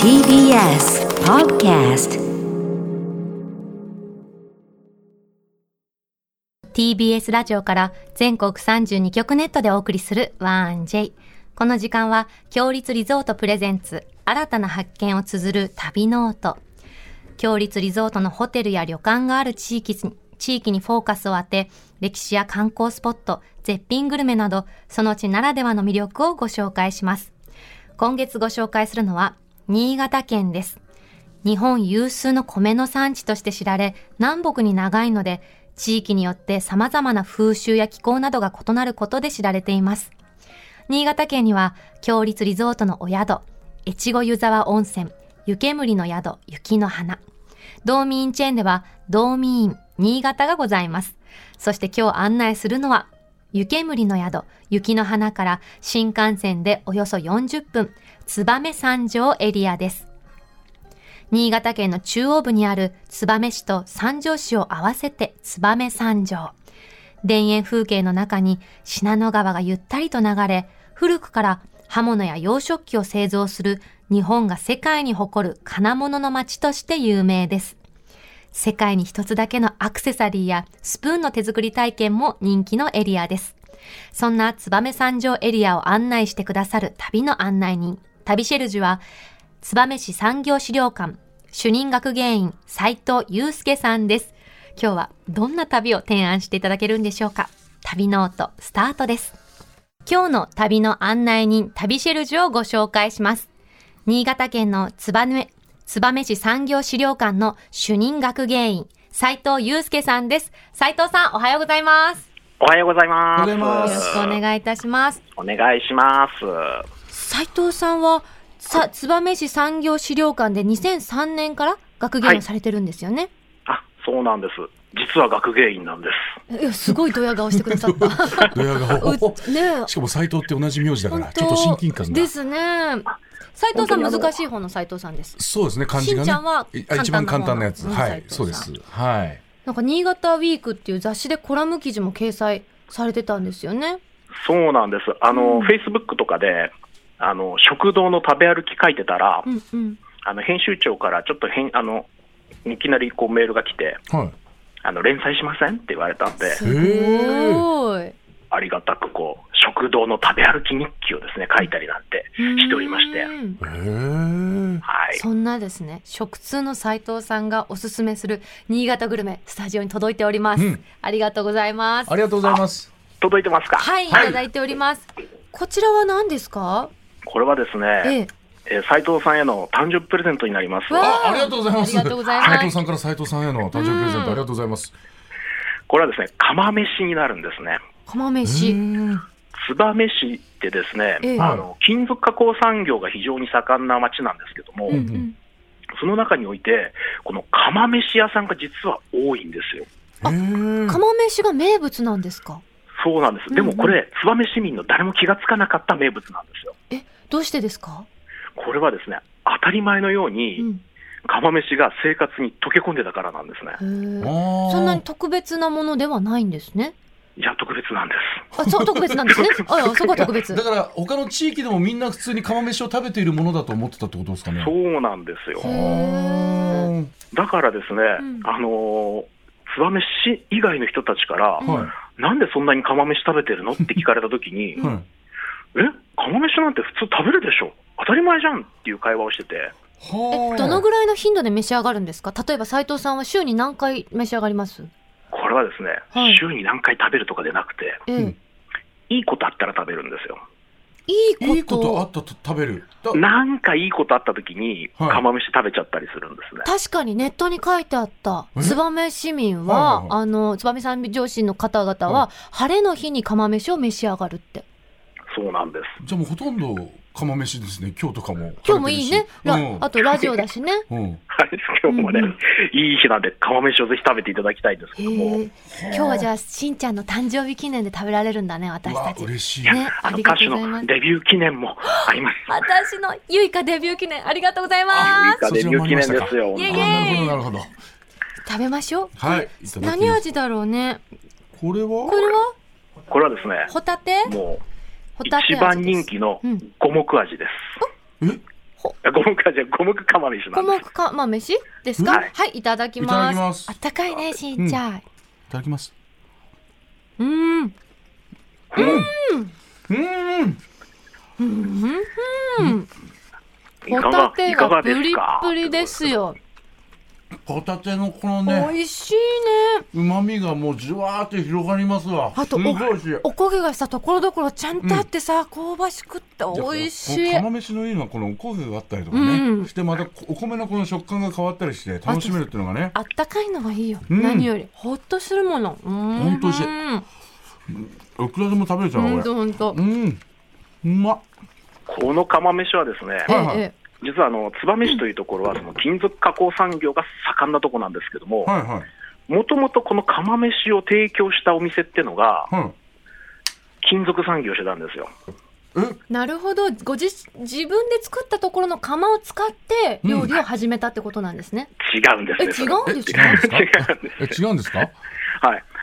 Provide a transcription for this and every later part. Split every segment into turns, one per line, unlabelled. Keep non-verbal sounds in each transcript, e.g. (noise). TBS Podcast
TBS ラジオから全国32局ネットでお送りする 1J。この時間は、強立リゾートプレゼンツ、新たな発見を綴る旅ノート。強立リゾートのホテルや旅館がある地域に、地域にフォーカスを当て、歴史や観光スポット、絶品グルメなど、その地ならではの魅力をご紹介します。今月ご紹介するのは、新潟県です。日本有数の米の産地として知られ、南北に長いので、地域によって様々な風習や気候などが異なることで知られています。新潟県には、強立リゾートのお宿、越後湯沢温泉、湯煙の宿、雪の花、道民チェーンでは、道民院新潟がございます。そして今日案内するのは、湯煙の宿、雪の花から新幹線でおよそ40分、燕三条エリアです。新潟県の中央部にある燕市と三条市を合わせて燕三条。田園風景の中に信濃川がゆったりと流れ、古くから刃物や洋食器を製造する日本が世界に誇る金物の町として有名です。世界に一つだけのアクセサリーやスプーンの手作り体験も人気のエリアです。そんな燕三条エリアを案内してくださる旅の案内人、旅シェルジュは、燕市産業資料館、主任学芸員斉藤祐介さんです。今日はどんな旅を提案していただけるんでしょうか旅ノートスタートです。今日の旅の案内人、旅シェルジュをご紹介します。新潟県の燕、燕市産業資料館の主任学芸員、斉藤祐介さんです。斉藤さん、おはようございます。
おはようございます。
おはようござい
よ
ま
ろし
す
くお願いいたします。
お願いします。
斉藤さんは、さ、燕市産業資料館で2003年から学芸
は
を
い
されてるんですよね。
あ、そうなんです。実は学芸員なんです。
い、や、すごいドヤ顔してくださった。
ドヤ顔
(laughs) う (laughs) ねえ
(laughs) しかも斎藤って同じ名字だから
本当
ちょっと親近感が
ですね斉藤さん
本当にあの
難しい方の斉藤さんです
そうですね漢字がね
しんちゃんは
えあ一番簡単なやつ
簡単な方の
はい
うん
そう
斉
で
藤さん
すはい
なんか新潟ウィークっていう雑誌でコラム記事も掲載されてたんですよね
そうなんです。あの、Facebook とかで、あの、食堂の食べ歩き書いてたら、
うんうん
あの、編集長からちょっと変、あの、いきなりこうメールが来て、
はい
あの、連載しませんって言われたんで、
すごい
ありがたくこう、食堂の食べ歩き日記をですね、書いたりなんてしておりまして
う、ん
へー
はい。
そんなですね食通の斉藤さんがおすすめする新潟グルメスタジオに届いております、
うん
ありがとうございます
ありがとうございます
届いてますか
はいいただいております、こちらは何ですか
これはです
え
ね、
え
え斉藤さんへの誕生日プレゼントになります。
わ
あありがとうございます
ありがとうございます
斉藤さんから斉藤さんへの誕生日プレゼン
うん
トありがとうございます
これはですね、釜飯になるんですね。
釜
へ
飯
ー
燕市ってですね、
ええ
あの金属加工産業が非常に盛んな町なんですけども、
うん
うんうん
その中において、この釜飯屋さんが実は多いんですよ。
へー
釜飯が名物なんですか
そうなんです。でもこれ、燕市民の誰も気がつかなかった名物なんですよ。
どうしてですか、
これはですね、当たり前のよう
う
に、
ん
釜飯が生活に溶け込んでたからなんですね
へ。ー
あー
そんなに特別なものではないんですね。
いや、特別なんで
あ、そう、特別なんですね。あら、そこは特別
だ。から他の地域でもみんな普通に釜飯を食べているものだと思ってたってことですかね
す。そうなんですよ
へ。ー
は
だからですね、
うん
あのー燕市以外の人たちから、
ーはい
なんでそんなに釜飯食べてるのって聞かれたとき
(laughs)
に、
はい
え釜飯なんて普通食べるでしょ当たり前じゃんっていう会話をしてて、
は
え、
あ
どのぐらいの頻度で召し上がるんですか例えば斉藤さんは週に何回召し上がります
これはですね、
はい
週に何回食べるとかでなくて、
ええ、
うん
いいことあったら食べるんですよ。
いいこと。
いいことあったと食べる。だ
なんかいいことあったときに、
はい
釜飯食べちゃったりするんですね。
確かにネットに書いてあった、
え
燕市民
は
は、
いはい
あの、燕三条市の方々
は
は、晴れの日に釜飯を召し上がるって。
そうなんです。 (laughs)
じゃあもうほとんど釜飯ですね。今日とかも。
今日もいいね。
う
ら
ん
あとラジオだし
(laughs)
ね。
うん。
はい、今日もね、
うんうん
いい日なんで釜飯をぜひ食べていただきたいんですけ
へ
ども
え。、今日はじゃあ、しんちゃんの誕生日記念で食べられるんだね、私
うわ
たち。
嬉しい。
ね、あ
あの
り
歌
がと
手
うございま
の
す。
デビュー記念もあります。
私のゆいかデビュー記念、ありがとうござい
アメ
ま
リカデビュー記念ですよ。
イエイ
あ
イエイ
なるほどなるほど。
す。食べましょう。
はい。いただきます
何味だろうね。
これは
これは
これはですね、
ホタテ
もう
ホタテ
一
味
番
です
人気の
うん
五目味です。
え
五目はじゃあ五目釜飯な
小
んで
目
す。
か、まあ、飯ですか、
はい
はい、いただきます。
いただきます
あったかいね、しんちゃん。
ただきます。
うーん。
うーん。
い
ホタ
かが
テ
いか
が
が
プ
です
リ
か
ップリですよ。
ホタテのこの
美
ね、
味しいね。
旨味がもうじゅわーって広がりますわ。
あと
すごい美味しい。
お焦げがさ、ところどころちゃんとあってさ、香ばしくって美味しい。
この釜飯のいいのはこのお焦げがあったりとか
う
ね
ん
してまたお米のこの食感が変わったりして楽しめるっていうのがね
あったかいのがいいよ。
うん
何より。ほっとするもの。うーん。
ほんと美味しいいくらでも食べれちゃう
ほ
わ
ん
こと
ほんと
れ。うんうまっ
この釜飯はですね、
ええ
はいはい
え
実はあの燕市というところはその金属加工産業が盛んなとこなんですけども、
はいはい
もともとこの釜飯を提供したお店ってのが
はい
金属産業してたんですよ。
え
えなるほど。ご自、自分で作ったところの釜を使って料理を始めたってことなんですね。
違うんですね。
え、
そ
違
れ
うん
え
です
違
か
うんです
(laughs)
か
違うんで
え違うんですか
はい。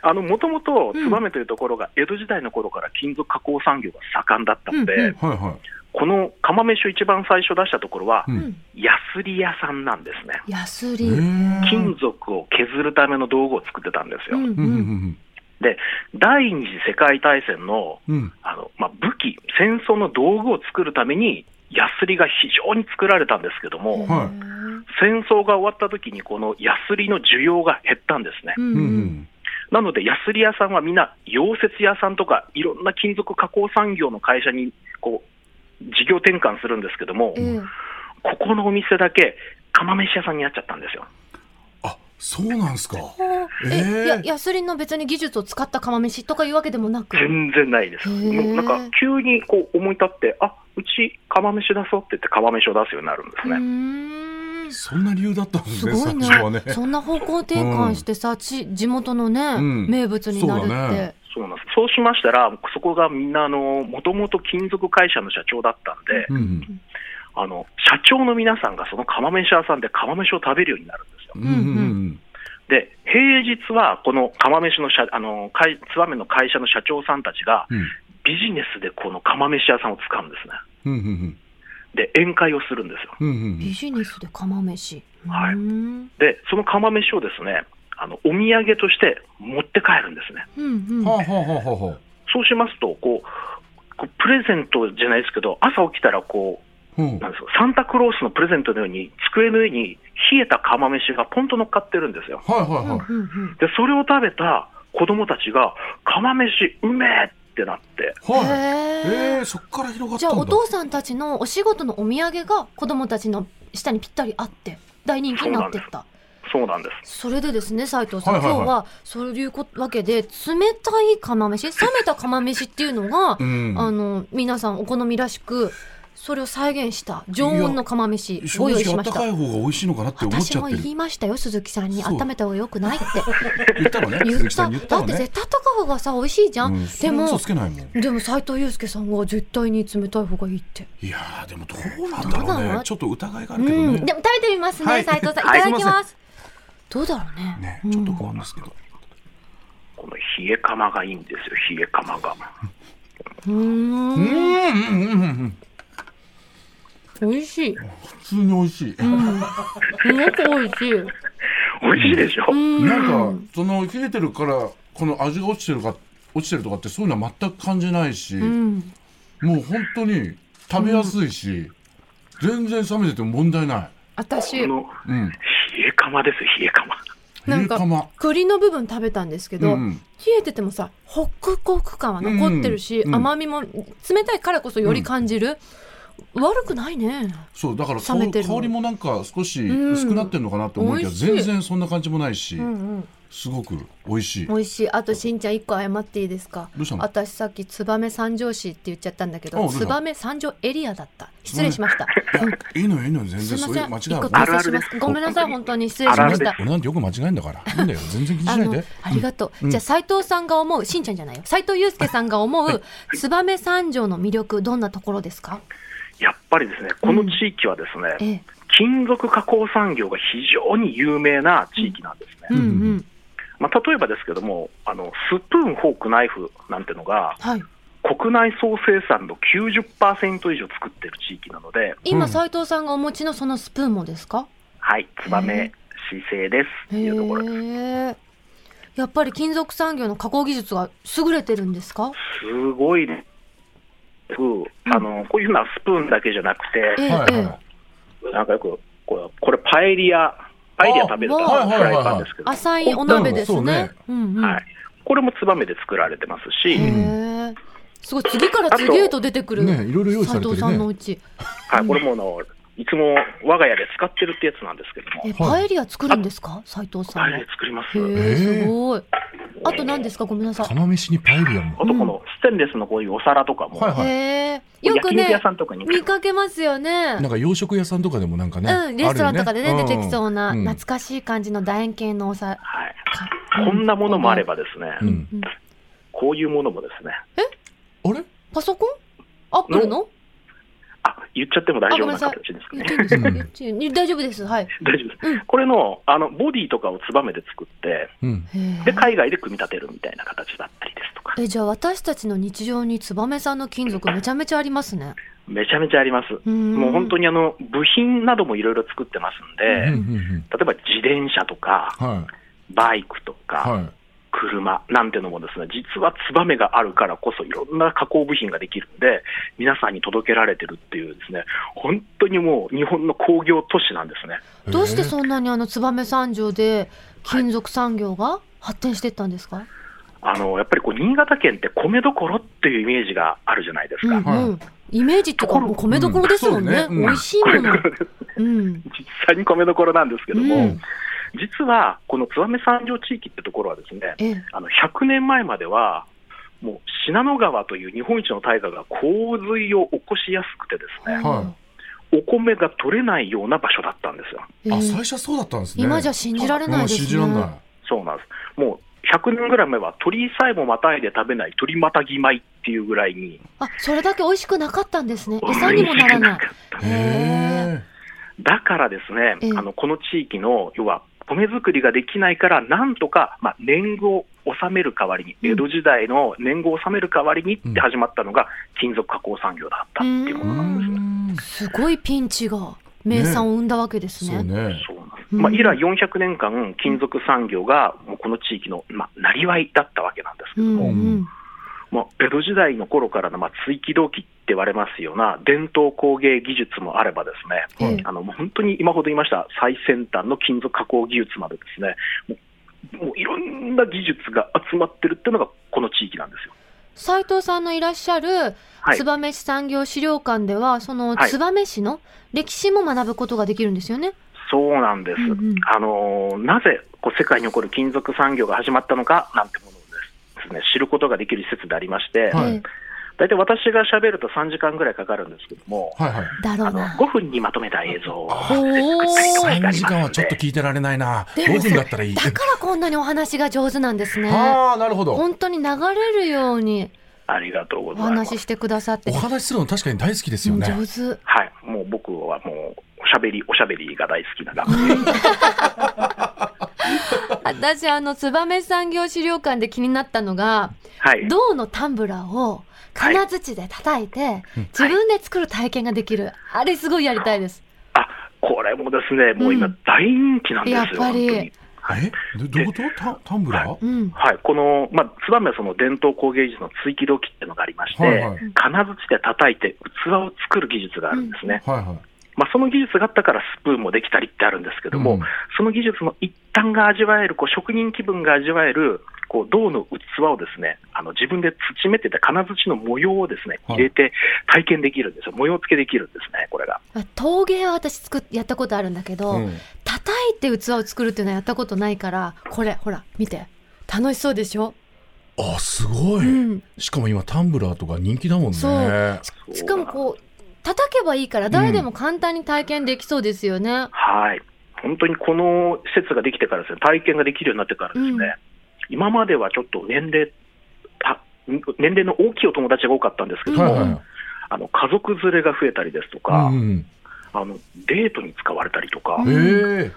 あの、もともと、
うん
燕というところが、江戸時代の頃から金属加工産業が盛んだったので、
うんうん
はいは
この釜飯を一番最初出したところは
う、ん
うん。
ヤスリ屋さんなんですね。
やす
い
り。
へ
うん
ー
金属を削るための道具を作ってたんです
う
よ。
ん
うんうん
第二次世界大戦の、
うんうん
あの、まあ、武器、戦争の道具を作るために、ヤスリが非常に作られたんですけども、
はい
戦争が終わった時にこのヤスリの需要が減ったんですね。
うん
う
うん
うんん
なので、ヤスリ屋さんはみんな、溶接屋さんとか、いろんな金属加工産業の会社にこう事業転換するんですけども、
ええ
ここのお店だけ、釜飯屋さんになっちゃったんですよ。
あそうなんですか
ほうえ、
えー
ややすりの別に技術を使った釜飯とかいうわけでもなく。
全然ないです。
へー
もうなんか、急にこう思い立って、あうち釜飯出そうって言って、釜飯を出すようになるんです
う
ね。
ーん。
そんな理由だったんです
す
ね
ごい
最
ね
初はね
そんな方向転換してさ、ち地元のね、
ん
名物になるっ
そうだ
て
ね。
そうなんですそうしましたら、そこがみんな、もともと金属会社の社長だったんで、
うんうん
あの社長の皆さんがその釜飯屋さんで釜飯を食べるようになるんですよ。
うんうんうん
で、平日はこの釜飯の社、あの、会燕の会社の社長さんたちが、
うん
ビジネスでこの釜飯屋さんを使うんですね。
うんうん
で、宴会をするんですよ。
うんうん
ビジネスで釜飯。
はいう
ーん
で、その釜飯をですね、あの、お土産として持って帰るんですね。
うんう
うん
ん。
はあはあはあはあはあ
そうしますと、こう、こうプレゼントじゃないですけど、朝起きたらこ
うん
う、なんですか、サンタクロースのプレゼントのように、机の上に冷えた釜飯がポンと乗っかってるんですよ。
はいはい
うん
はい
うんうん
で、それを食べた子供たちが、釜飯うめえってなって、
はい
へ
え
え。
ーそっから広がっ
じゃ
た
あ
んだ
お父さんたちのお仕事のお土産が子供たちの下にぴったりあって大人気になってった。
そうなんです。
それでですね斉藤さん、
はいはいは
今
い
日はそういうこわけで冷たい釜飯冷めた釜飯っていうのが、
うん
あの皆さんお好みらしくそれを再現した常温の釜飯ご用意しまし
正直あったか
た
い。方が美味しいのかなって思っ
私
ちゃ
も
ってる
言いましたよ鈴木さんに
そう
温めた方が良くないって
言ったのね
言
(laughs) 鈴
っ
木さ
た
ん言った
だっ
の
て
ね
絶対温かい方がさ美味しいじゃん、
うん
で
そんな嘘
も
つけないもん
でも斉藤祐介さんは絶対に冷たい方がいいって、
いやーでもどうなんだ
ど
ろ
うな
う
の
ねちょっと疑いがあ
う
るけど
ん
ね
でも食べてみますね、
はい
斉藤さんい
はい
ただきますすどうだろうね
ね
うん
ちょっと不安ですけど
この冷え釜がいいんですよ、冷え釜が。
うー
うんんうんうんうん
美味しい
普通に美味しい
すごく美味しい。う
美味しいでしょ、
ん
なんかその切れてるからこの味が落ちてるか落ちてるとかってそういうのは全く感じないし
うん。
もう本当に食べやすいし全然冷めてても問題ない
私
こ、の
うん
冷え釜ですよ、冷え釜。
なん
冷
か
釜
栗の部分食べたんですけど、
うんうん
冷えててもさ、ホクホク感は残ってるし、
うんうん
甘みも冷たいからこそより感じる。悪くないね。
そうだから香
冷めてるの
香りもなんか少し
うん
薄くなってるのかなと思うけど
美味しい
全然そんな感じもないし
うんうん。
すごく美味しい
美味しい。あと、しんちゃん、一個謝っていいですか
どうしたの
私、さっき、燕三条市って言っちゃったんだけ
あど
ど、
うした
燕三条エリアだった。失礼しました。
いいのよいいのよ全
す
然
いま
そう
せ。
いうん間違い
一個
は
訂
ある
正
あ
し
るで
ますす。ごめんなさい、本当に失礼
あ
し
るあ
ま
る
し
で
た
す。
俺なんてよく間違えんだから。いいんだよ。全然気に
あ
しない
の
で、。
ありがとう。じゃあ、斎藤さんが思う、しんちゃんじゃないよ。斎藤祐介さんが思う、燕三条の魅力、どんなところですか
やっぱりですね、この地域はですね、
ええ。
金属加工産業が非常に有名な地域なんですね。
うんうん。
まあ、例えばですけども、あのスプーン、フォーク、ナイフなんてのが、
はい。
国内総生産の90%以上作ってる地域なので、
う
今、
ん
斉藤さんがお持ちのそのスプーンもですか
はい、ツバ
へ
メ、姿勢ですと
へ
いうところです。
え。やっぱり金属産業の加工技術が優れてるんですか
すごいね。うんあのこういうのはスプーンだけじゃなく
え
て、
え
はいはい
ええ
は
なんかよくこれこれパエリア、パエリア食べるため
あ
の
はい
フ
は
ラ
いはいはい
イパンですけど、は
浅いお鍋です
そう
ね
ね。
うんうん。
い、これもツバメで作られてますし、
う
へ
ん
え。すごい次から次へと出てくる。
あとねいろいろ用意されてるね
斉藤さんのうち。
はい、これもあのいつも我が家で使ってるってやつなんですけども、
え、パエリア作るんですか斉藤さ
パ
ん
エ
も。
リア
へ
作ります。
え、
ええ
すごい。あと何ですかごめんなさい。
釜飯にパエリアも
あとこのステンレスのこういうお皿とかも、
はいはい
へえ。よ
焼
く
肉
ね
屋、さんとかに
見かけますよね。
なんか洋食屋さんとかでもなんかね、
うん、レストランとかでね
あるよ
出てきそうな、
ん
懐かしい感じの楕円形のお皿
はい、
か
こんなものもあればですね、
うん
うん
こういうものもですね、
あれ
パソコンアップルの
あ言っちゃっても大丈夫な
あごめんなさい
形です
言
ね
っ。ていいんですか
うん
言っていい大丈夫ですはい
大丈夫です、
うん
これのあのボディとかをツバメで作って
うん
へー
で海外で組み立てるみたいな形だったりですとか
えじゃあ私たちの日常にツバメさんの金属めちゃめちゃありますね
めちゃめちゃあります、も
も
う本当にあの部品などもいろいろ作ってますん
う
で、
んうん
例えば自転車とか
うんはい
バイクとか
は
車なんてのもですね実はツバメがあるからこそいろんな加工部品ができるんで皆さんに届けられてるっていうですね本当にもう日本の工業都市なんですね
い
どうして
ええ
そんなにあのツバメ産業で金属産業が発展していったんですか、
あのやっぱりこう新潟県って米どころっていうイメージがあるじゃないですか、
うんうんイメージっていうかもう米どころですもんね,、
うんそうねうん
美味しいもの、うん、
実際に米どころなんですけども、
うん
実はこの燕三条地域ってところはですね
ええ
あの100年前まではもう信濃川という日本一の大河が洪水を起こしやすくてですね
は
お米が取れないような場所だったんですよ
ええ
あ最初はそうだったんですね
今じゃ信じられないですね
うん信じられない
そうなんですもう100年ぐらい前は鳥さえもまたいで食べない鳥またぎ米っていうぐらいに
あそれだけ美味しくなかったんですね餌にもならないへ
へ
だからですね、
ええ
あのこの地域の要は米作りができないから、なんとか、まあ、年貢を納める代わりに、
うん
江戸時代の年貢を納める代わりにっ
うん
て始まったのが、金属加工産業だったっていうも
えう
のなんですね。
ん
すごいピンチが名産を生んだわけです
そ
ね。
うね
そうなんです
うん
まあ、以来400年間、金属産業がもうこの地域の、まあ、なりわいだったわけなんですけ
う
ど
ん
も、
うん
まあ、江戸時代の頃からの、まあ、追記動機って言われますような伝統工芸技術もあればですね、
ええ
あのもう本当に今ほど言いました最先端の金属加工技術までですねもうもういろんな技術が集まってるっていうのがこの地域なんですよ。
斉藤さんのいらっしゃる
はい、
燕市産業資料館では、その
はい
燕市の歴史も学ぶことができるんですよね。
そうなんです、
うんうん
あのーなぜこう世界に起こる金属産業が始まったのかなんてものをですですね知ることができる施設でありまして、
はい
ええ
大体私が喋ると3時間ぐらいかかるんですけども、
はいはい
だろ
あ
う
の
な。
5分にまとめた映像を
おー
3時間はちょっと聞いてられないな
でも
5分だったらいい
だからこんなにお話が上手なんですね。
ああなるほど
本当に流れるように
ありがとうご
お
ざいます
話し。してくださって、
お話しするの確かに大好きですよ
うん
ね
上手。
はい、もう僕はもう、おしゃべり、おしゃべりが大好きな学生
私、あの、燕産業資料館で気になったのが、
はい、
銅のタンブラーを金槌で叩いて、自分で作る体験ができる。あれすごいやりたいです。
あこれもですね、もう今
うん、
大人気なんですよ、
やっぱり
本当に。はい
えどどういうことタタンブラー
うん。
はい、この、まあ、燕はその伝統工芸術の追記土器っていうのがありまして、
はいはい
金槌で叩いて器を作る技術があるんですね、
はいはい
まあ、その技術があったからスプーンもできたりってあるんですけども、
うん
その技術の一端が味わえる、こう職人気分が味わえるこう銅の器をですねあの自分で土めてた金槌の模様をですね
はい
入れて体験できるんですよ、模様付けできるんですね、これが。
まあ陶芸は私作っやったことあるんだけど、
うん
叩いて器を作るっていうのはやったことないからこれほら見て楽しそうでしょ、
あすごい、
うん
しかも今タンブラーとか人気だもんね
そう
そう
しかもこう叩けばいいから誰でも簡単に体験できそうですよね、
はい。本当にこの施設ができてからですね、体験ができるようになってからですね、
うん
今まではちょっと年齢、た年齢の大きいお友達が多かったんですけど
は
も、
いはい、
あの家族連れが増えたりですとか、
うん
あのデートに使われたりとか、
うん、ええ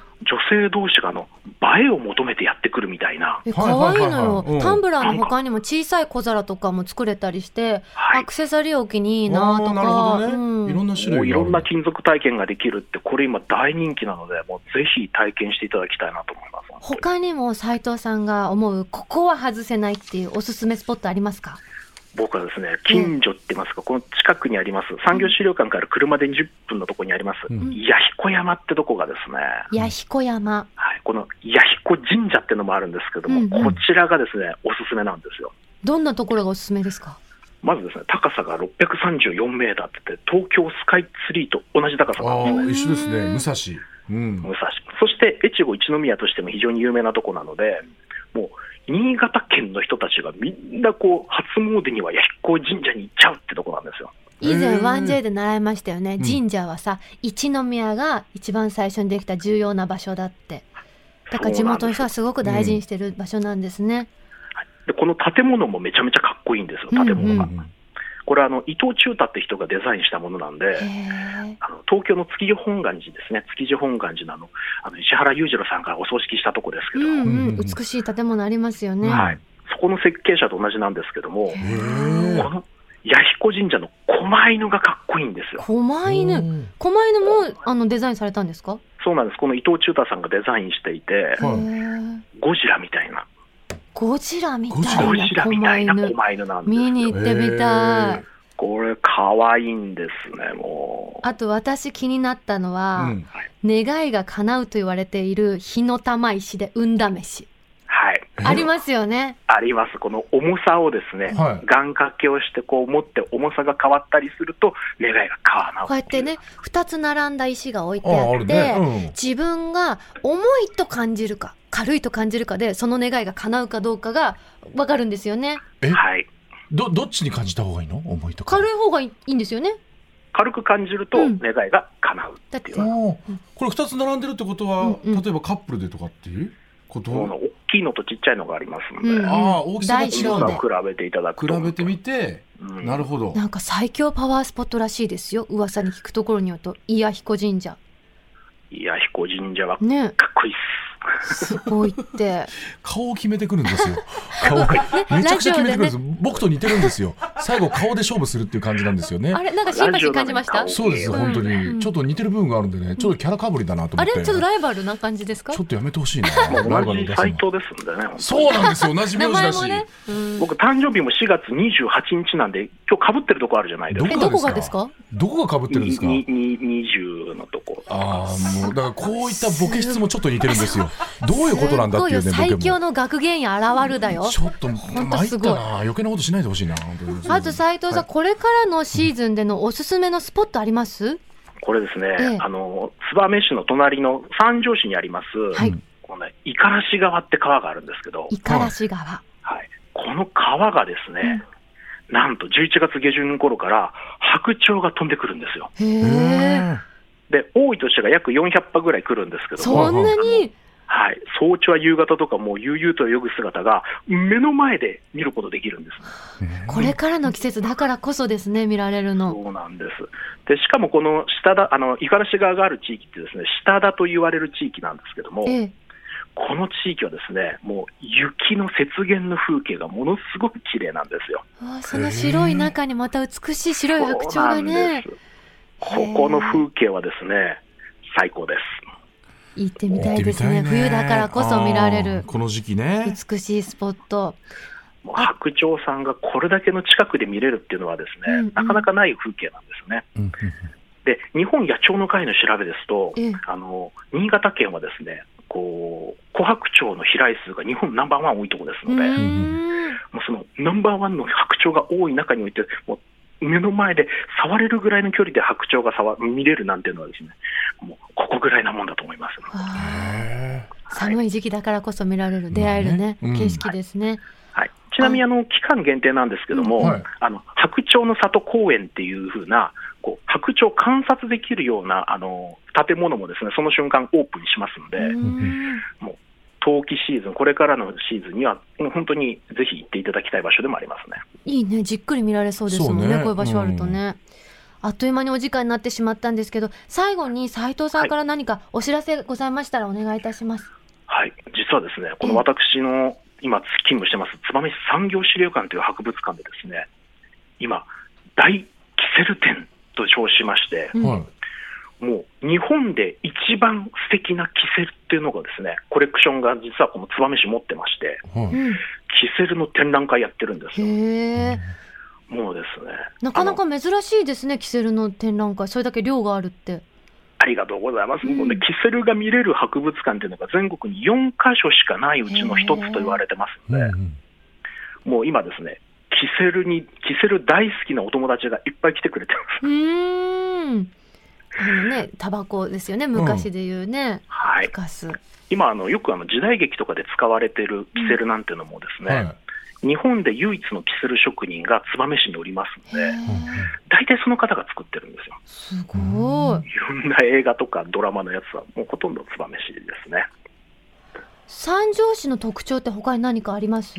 女性同士があの映えを求めてやってくるみたいな、
え
はい
可愛いの
はいはいはいうん
よ。タンブラーの他にも小さい小皿とかも作れたりして、
はい
アクセサリー置きにいいなと
あーなるほ
か。
どね、
うん
いろんな種
もう
類
い
があ
ろ
る
んな金属体験ができるって、これ今大人気なので、もうぜひ体験していただきたいなと思います。本当に
他にも斉藤さんが思うここは外せないっていうおすすめスポットありますか
僕はですね、近所って言いますか、この近くにあります、産業資料館から車で10分のところにあります、
うん
弥彦山ってとこがですね、
弥彦山。
はい、この弥彦神社ってのもあるんですけど
う
も、
んうん
こちらがですね、おすすめなんですよ。
どんなところがおすすめですか
まずですね、高さが634メーターって言って、東京スカイツリーと同じ高さなんで
あ
すね。
あ一緒ですね武蔵うん
武蔵。そして、越後一宮としても非常に有名なとこなので、もう、新潟県の人たちがみんなこう、初詣には弥彦神社に行っちゃうってとこなんですよ。
以
へ
前
ー
1J で習いましたよね。神社はさ、一宮が一番最初にできた重要な場所だって。だから地元の人はすごく大事にしてる場所なんですね。
で、この建物もめちゃめちゃかっこいいんですよ、建
う
物
ん
が。
うん
これあの、伊藤忠太って人がデザインしたものなんで、
へえ。
あの東京の築地本願寺ですね、築地本願寺のあのあの石原裕次郎さんからお葬式したとこですけ
う
ど、
ん
うん
う、
うんん
美しい建物ありますよね。
はい、そこの設計者と同じなんですけども、
へ
へ
この弥彦神社の狛犬がかっこいいんですよ。
狛
う
犬。
ん
狛犬もあのデザインされたんですか？
そうなんです、この伊藤忠太さんがデザインしていて、
はい
へー
ゴジラみたいな、
ゴジラみた
うん
ゴ
いな
ジラみたい
狛
な
犬。
狛犬なんです
見に
よ。
行ってみた
へー
い。
これ、かわいいんですね、もう。
あと私気になったのは、
うん
願いが叶うと言われている火の玉石で運試し。
はい、
ありますよね。
あります、この重さをですね、
はい
願掛けをして、こう持って重さが変わったりすると、願いが変わらない。
こうやってね、二つ並んだ石が置いて
あ
あ
ああ
っ
る
て、
ね
自分が重いと感じるか、軽いと感じるかで、その願いが叶うかどうかがわかるんですよね。
え
はい、
うんどどっちに感じた方がいいの重いとか
軽い方がいいいいんですよね。
軽く感じると
うん
願いが叶う
だっ
って
て
いう、
あーこれ二つ並んでるってことは
うんうん
例えばカップルでとかっていうこと
この大きいのとちっちゃいのがありますので、
うん
ああ大きさが
大
違う
小
ん
で
だ
比べていただく
比
と
べてみて
うん
なるほど
なんか最強パワースポットらしいですよ。噂に聞くところによると、伊谷彦神社。
いや彦神社はかっ
ね、
こいいっ
すごいって。
顔を決めてくるんで
(laughs)
すよ顔をめちゃくちゃ決めてくるんです、僕と似てるんですよ最後顔で勝負するっていう感じなんですよね
あれ、なんか
すラ
シンパシ
ジオ
ー
な
感
の
じ
に
ました
顔
そうです、
うん
本当
うん
に。ちょっと似てる部分があるんでね、ちょっとキャラかぶりだなと思
あ
って。
れちょっとライバルな感じですか
ちょっとやめてほしいな。
すも
ラ
う
イ
同
バル
じ
の出
サ
す
イトですんでね本当に
そうなんですよ、同じ名
名
字だ
前
し
も。ね。うん
僕誕生日も4月28日なんで今日かぶってるとこあるじゃないです
ど
え、
か
どこがですか
どこが被ってるんですか
にに20のとこ
ああ、もう、だからこういったボケ質もちょっと似てるんですよ。どういうことなんだってい
(laughs)
う
す
ね、
っごいよ最
ボケ
強
も。
の学芸員現るだよ。
ちょっと、
当
参っ
す
た
ごい
な。余計なことしないでほしいな。本当に
あと斉藤さん、
はい
これからのシーズンでのおすすめのスポットあります
これですね、
ええ
あの燕市の隣の三条市にあります、
はい
このね五十嵐川って川があるんですけど
五十嵐川。
はい、この川がですね、なんと11月下旬頃から白鳥が飛んでくるんですよ。
へえ。
へ
で、多い年が約400羽ぐらい来るんですけども、
そんなに
はい、早朝や夕方とかもう悠々と泳ぐ姿が目の前で見ることできるんです。
ー
これからの季節だからこそですね見られるの。
そうなんです。で、しかもこの下田、あの、五十嵐川がある地域ってですね、下田と言われる地域なんですけども、
ええ、
この地域はですね、もう雪の雪原の風景がものすごく綺麗なんですよ。
わあその白い中にまた美しい白い白鳥が
そうなん
ね
です。ここの風景はですね、最高です。
行ってみたいですね冬だからこそ見られる
あーこの時期ね。
美しいスポット。
もう白鳥さんがこれだけの近くで見れるっていうのはですね、
うんうん
なかなかない風景なんですね。
うん
で、日本野鳥の会の調べですと、
ええ
あの新潟県はですね、こう琥珀鳥の飛来数が日本ナンバーワン多いところです
う
ので、
ー
も
ん。
うそのナンバーワンの白鳥が多い中において、もう目の前で触れるぐらいの距離で白鳥が触見れるなんていうのはですね、もうここぐらいなもんだと思います。
わあ
へ
寒い時期だからこそ見られる、出会えるね、
まあねうん
景色ですね。
はい、ちなみにあの期間限定なんですけども、
はい
あの白鳥の里公園っていう風なこう白鳥を観察できるようなあの建物もですねその瞬間オープンしますので、
うーん
冬季シーズン、これからのシーズンには、もう本当にぜひ行っていただきたい場所でもありますね。
いいね、じっくり見られそうですもん
そ
ね、
うね
こういう場所あるとね。
あっという間にお時間になってしまったんですけど、最後に斉藤さんから何かお知らせございましたらお願いいたします。
はい、実はですね、この私の今、勤務してます、燕市産業資料館という博物館で、ですね今、大キセル展と称しまして、
はい。
もう日本で一番素敵なキセルっていうのが、ですねコレクションが実はこの燕市持ってまして、
はい。
うん、
キセルの展覧会やってるんですよ、
へえ、
もうですね、
なかな
あ
か
の
珍しいですね、キセルの展覧会、それだけ量があるって。
ありがとうございます、
うん
もうね、キセルが見れる博物館っていうのが全国に4か所しかないうちの1つと言われてます
うん
の
う
で。
ん
もう今ですね、キセルに、キセル大好きなお友達がいっぱい来てくれてま
うーん。あのね、タバコですよね、昔で言うね、
す。はい
フ。カス。
今、あの、よくあの、時代劇とかで使われてるキセルなんていうのもですね、
は
日本で唯一のキセル職人が燕市におりますの
へ
い。
で、
ー
大体その方が作ってるんですよ。
すごい。
いろんな映画とかドラマのやつは、もうほとんど燕市ですね。
三条市の特徴って他に何かあります？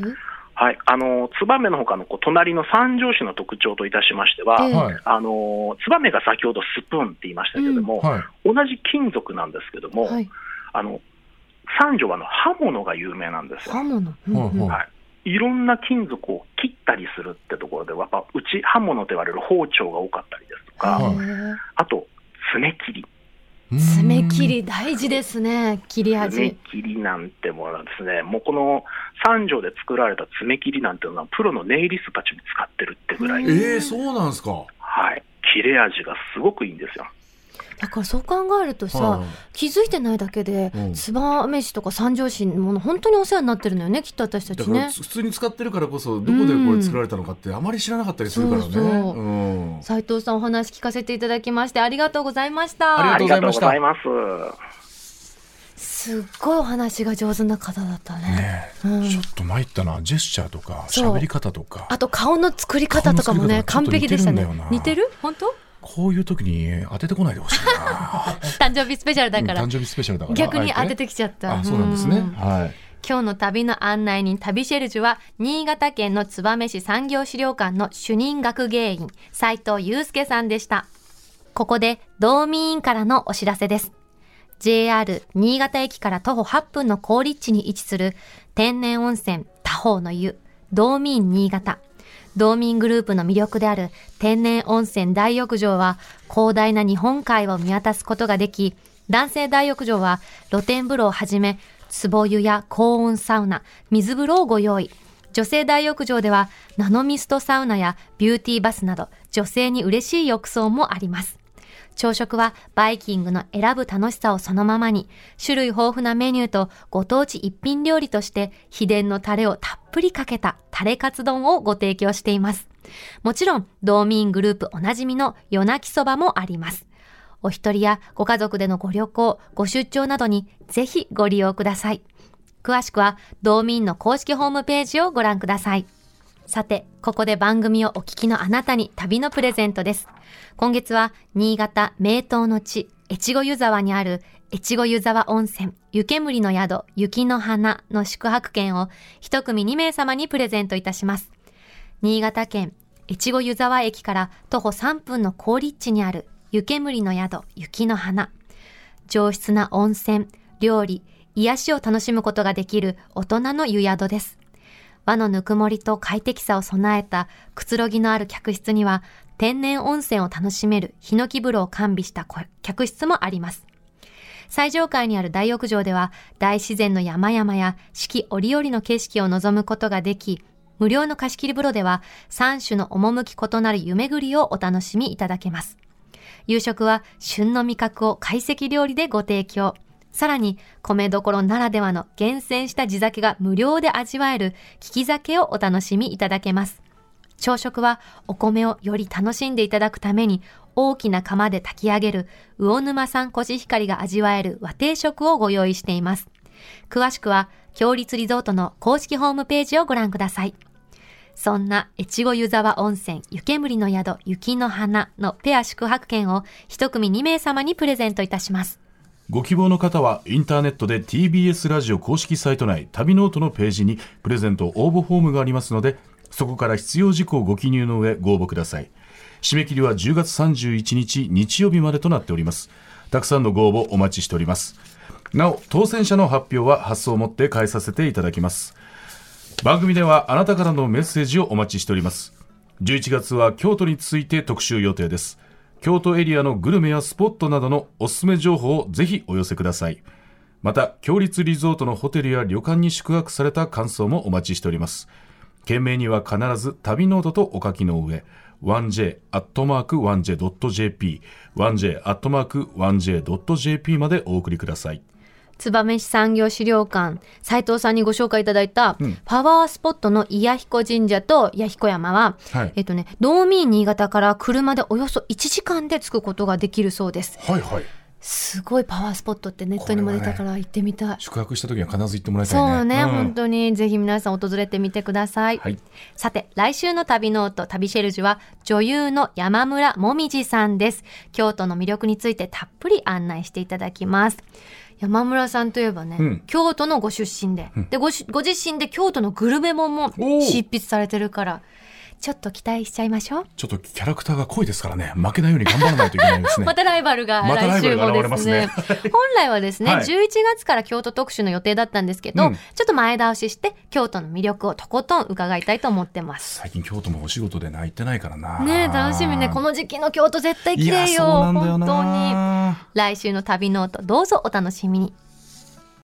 はい。あの、燕の他のこう隣の三条市の特徴といたしましては、
ええ
はい。
あの、燕が先ほどスプーンって言いましたけれども、
はい。
同じ金属なんですけども、
はい。
あの三条はあの刃物が有名なんですよ
刃。物。
はいはい
いろんな金属を切ったりするってところでは、やっぱうち刃物と言われる包丁が多かったりですとか、
はい
へー
あと爪切り、
うん
爪切。り大事ですね。切り
爪
味。
切りなんてものはですね、もうこの三条で作られた爪切りなんていうのは、プロのネイリストたちも使ってるってぐらい、
うん
ええ、そうなんですか。
はい、切れ味がすごくいいんですよ。
だからそう考えると
は
さ
い、
気づいてないだけで
う、ん
燕市とか三条市のもの本当にお世話になってるのよね。きっと私た
だ
ち
から
ね。
普通に使ってるからこそどこでこれ作られたのかってあまり知らなかったりするからね。
そうそう
うん
斉藤さんお話聞かせていただきましてありがとうございました。
ありが
あ
とう
り
ござ
が
い
とう
ま
ご
した
ざいます。
すっごいお話が上手な方だったね。
ねえ
うん
ちょっと参ったなジェスチャーとか
そう
喋り方とか
あと顔の作り方とかもね
顔
完
の作
璧
り
で
方
した
ちょっと似てるんだよな。
ね似てる？本
(laughs)
当？
こういう時に当ててこないでほしいな
誕生日スペシャルだ
うん
から
誕。生日スペシャルだから
逆に当て
て
てきちゃった。
あそうなんですね
うん
はい
今日の旅の案内人旅シェルジュは新潟県の燕市産業資料館の主任学芸員斉藤祐介さんでしたここで道民委員からのお知らせです JR 新潟駅から徒歩8分の高立地に位置する天然温泉多宝の湯道民新潟道民グループの魅力である天然温泉大浴場は広大な日本海を見渡すことができ、男性大浴場は露天風呂をはじめ、壺湯や高温サウナ、水風呂をご用意。女性大浴場ではナノミストサウナやビューティーバスなど女性に嬉しい浴槽もあります。朝食はバイキングの選ぶ楽しさをそのままに、種類豊富なメニューとご当地一品料理として秘伝のタレをたっぷりかけたタレカツ丼をご提供しています。もちろん、道民グループおなじみの夜泣きそばもあります。お一人やご家族でのご旅行、ご出張などにぜひご利用ください。詳しくは、道民の公式ホームページをご覧ください。さて、ここで番組をお聞きのあなたに旅のプレゼントです。今月は、新潟名東の地、越後湯沢にある、越後湯沢温泉、湯煙の宿、雪の花の宿泊券を一組2名様にプレゼントいたします。新潟県越後湯沢駅から徒歩3分の高立地にある湯煙の宿雪の花上質な温泉料理癒しを楽しむことができる大人の湯宿です和のぬくもりと快適さを備えたくつろぎのある客室には天然温泉を楽しめるヒノキ風呂を完備したこ客室もあります最上階にある大浴場では大自然の山々や四季折々の景色を望むことができ、無料の貸し切り風呂では3種の趣異なる湯巡りをお楽しみいただけます。夕食は旬の味覚を懐石料理でご提供。さらに、米どころならではの厳選した地酒が無料で味わえる利き酒をお楽しみいただけます。朝食はお米をより楽しんでいただくために大きな釜で炊き上げる魚沼産コシヒカリが味わえる和定食をご用意しています。詳しくは、強立リゾートの公式ホームページをご覧ください。そんな、越後湯沢温泉、湯煙の宿、雪の花のペア宿泊券を一組2名様にプレゼントいたします。
ご希望の方はインターネットで TBS ラジオ公式サイト内旅ノートのページにプレゼント応募フォームがありますのでそこから必要事項をご記入の上ご応募ください
締め切りは10月31日日曜日までとなっておりますたくさんのご応募お待ちしておりますなお当選者の発表は発送をもって返させていただきます番組ではあなたからのメッセージをお待ちしております11月は京都について特集予定です京都エリアのグルメやスポットなどのおすすめ情報をぜひお寄せくださいまた強立リゾートのホテルや旅館に宿泊された感想もお待ちしております件名には必ず旅ノートとお書きの上 1j.1j.jp 1j.1j.jp までお送りください
燕市産業資料館斉藤さんにご紹介いただいた、パワースポットの伊彦神社と弥彦山は、
はい
えっとね道民新潟から車でおよそ1時間で着くことができるそうです
はいはい
すごいパワースポットってネットにも出たから行ってみたい、
宿泊した時には必ず行ってもらいたいね
そうね、
ん
本当にぜひ皆さん訪れてみてください、
はい
さて来週の旅ノート旅シェルジュは女優の山村もみじさんです京都の魅力についてたっぷり案内していただきます山村さんといえばね、
うん
京都のご出身で,、でごしご自身で京都のグルメ本も
おー
執筆されてるからちょっと期待しちゃいましょう
ちょっとキャラクターが濃いですからね負けないように頑張らないといけないですね
(laughs) またライバルが
またライバ
来週
ルが現れ
もで
ますす
ね
ね。
(laughs) 本来はですね、
はい
11月から京都特集の予定だったんですけど、
うん
ちょっと前倒しして、京都の魅力をとことん伺いたいと思ってます。
最近京都もお仕事で泣いてないからな
ねえ、楽しみね。この時期の京都絶対綺麗よ。
いやそうなんだよ
本当に。
な
来週の旅ノート、どうぞお楽しみに。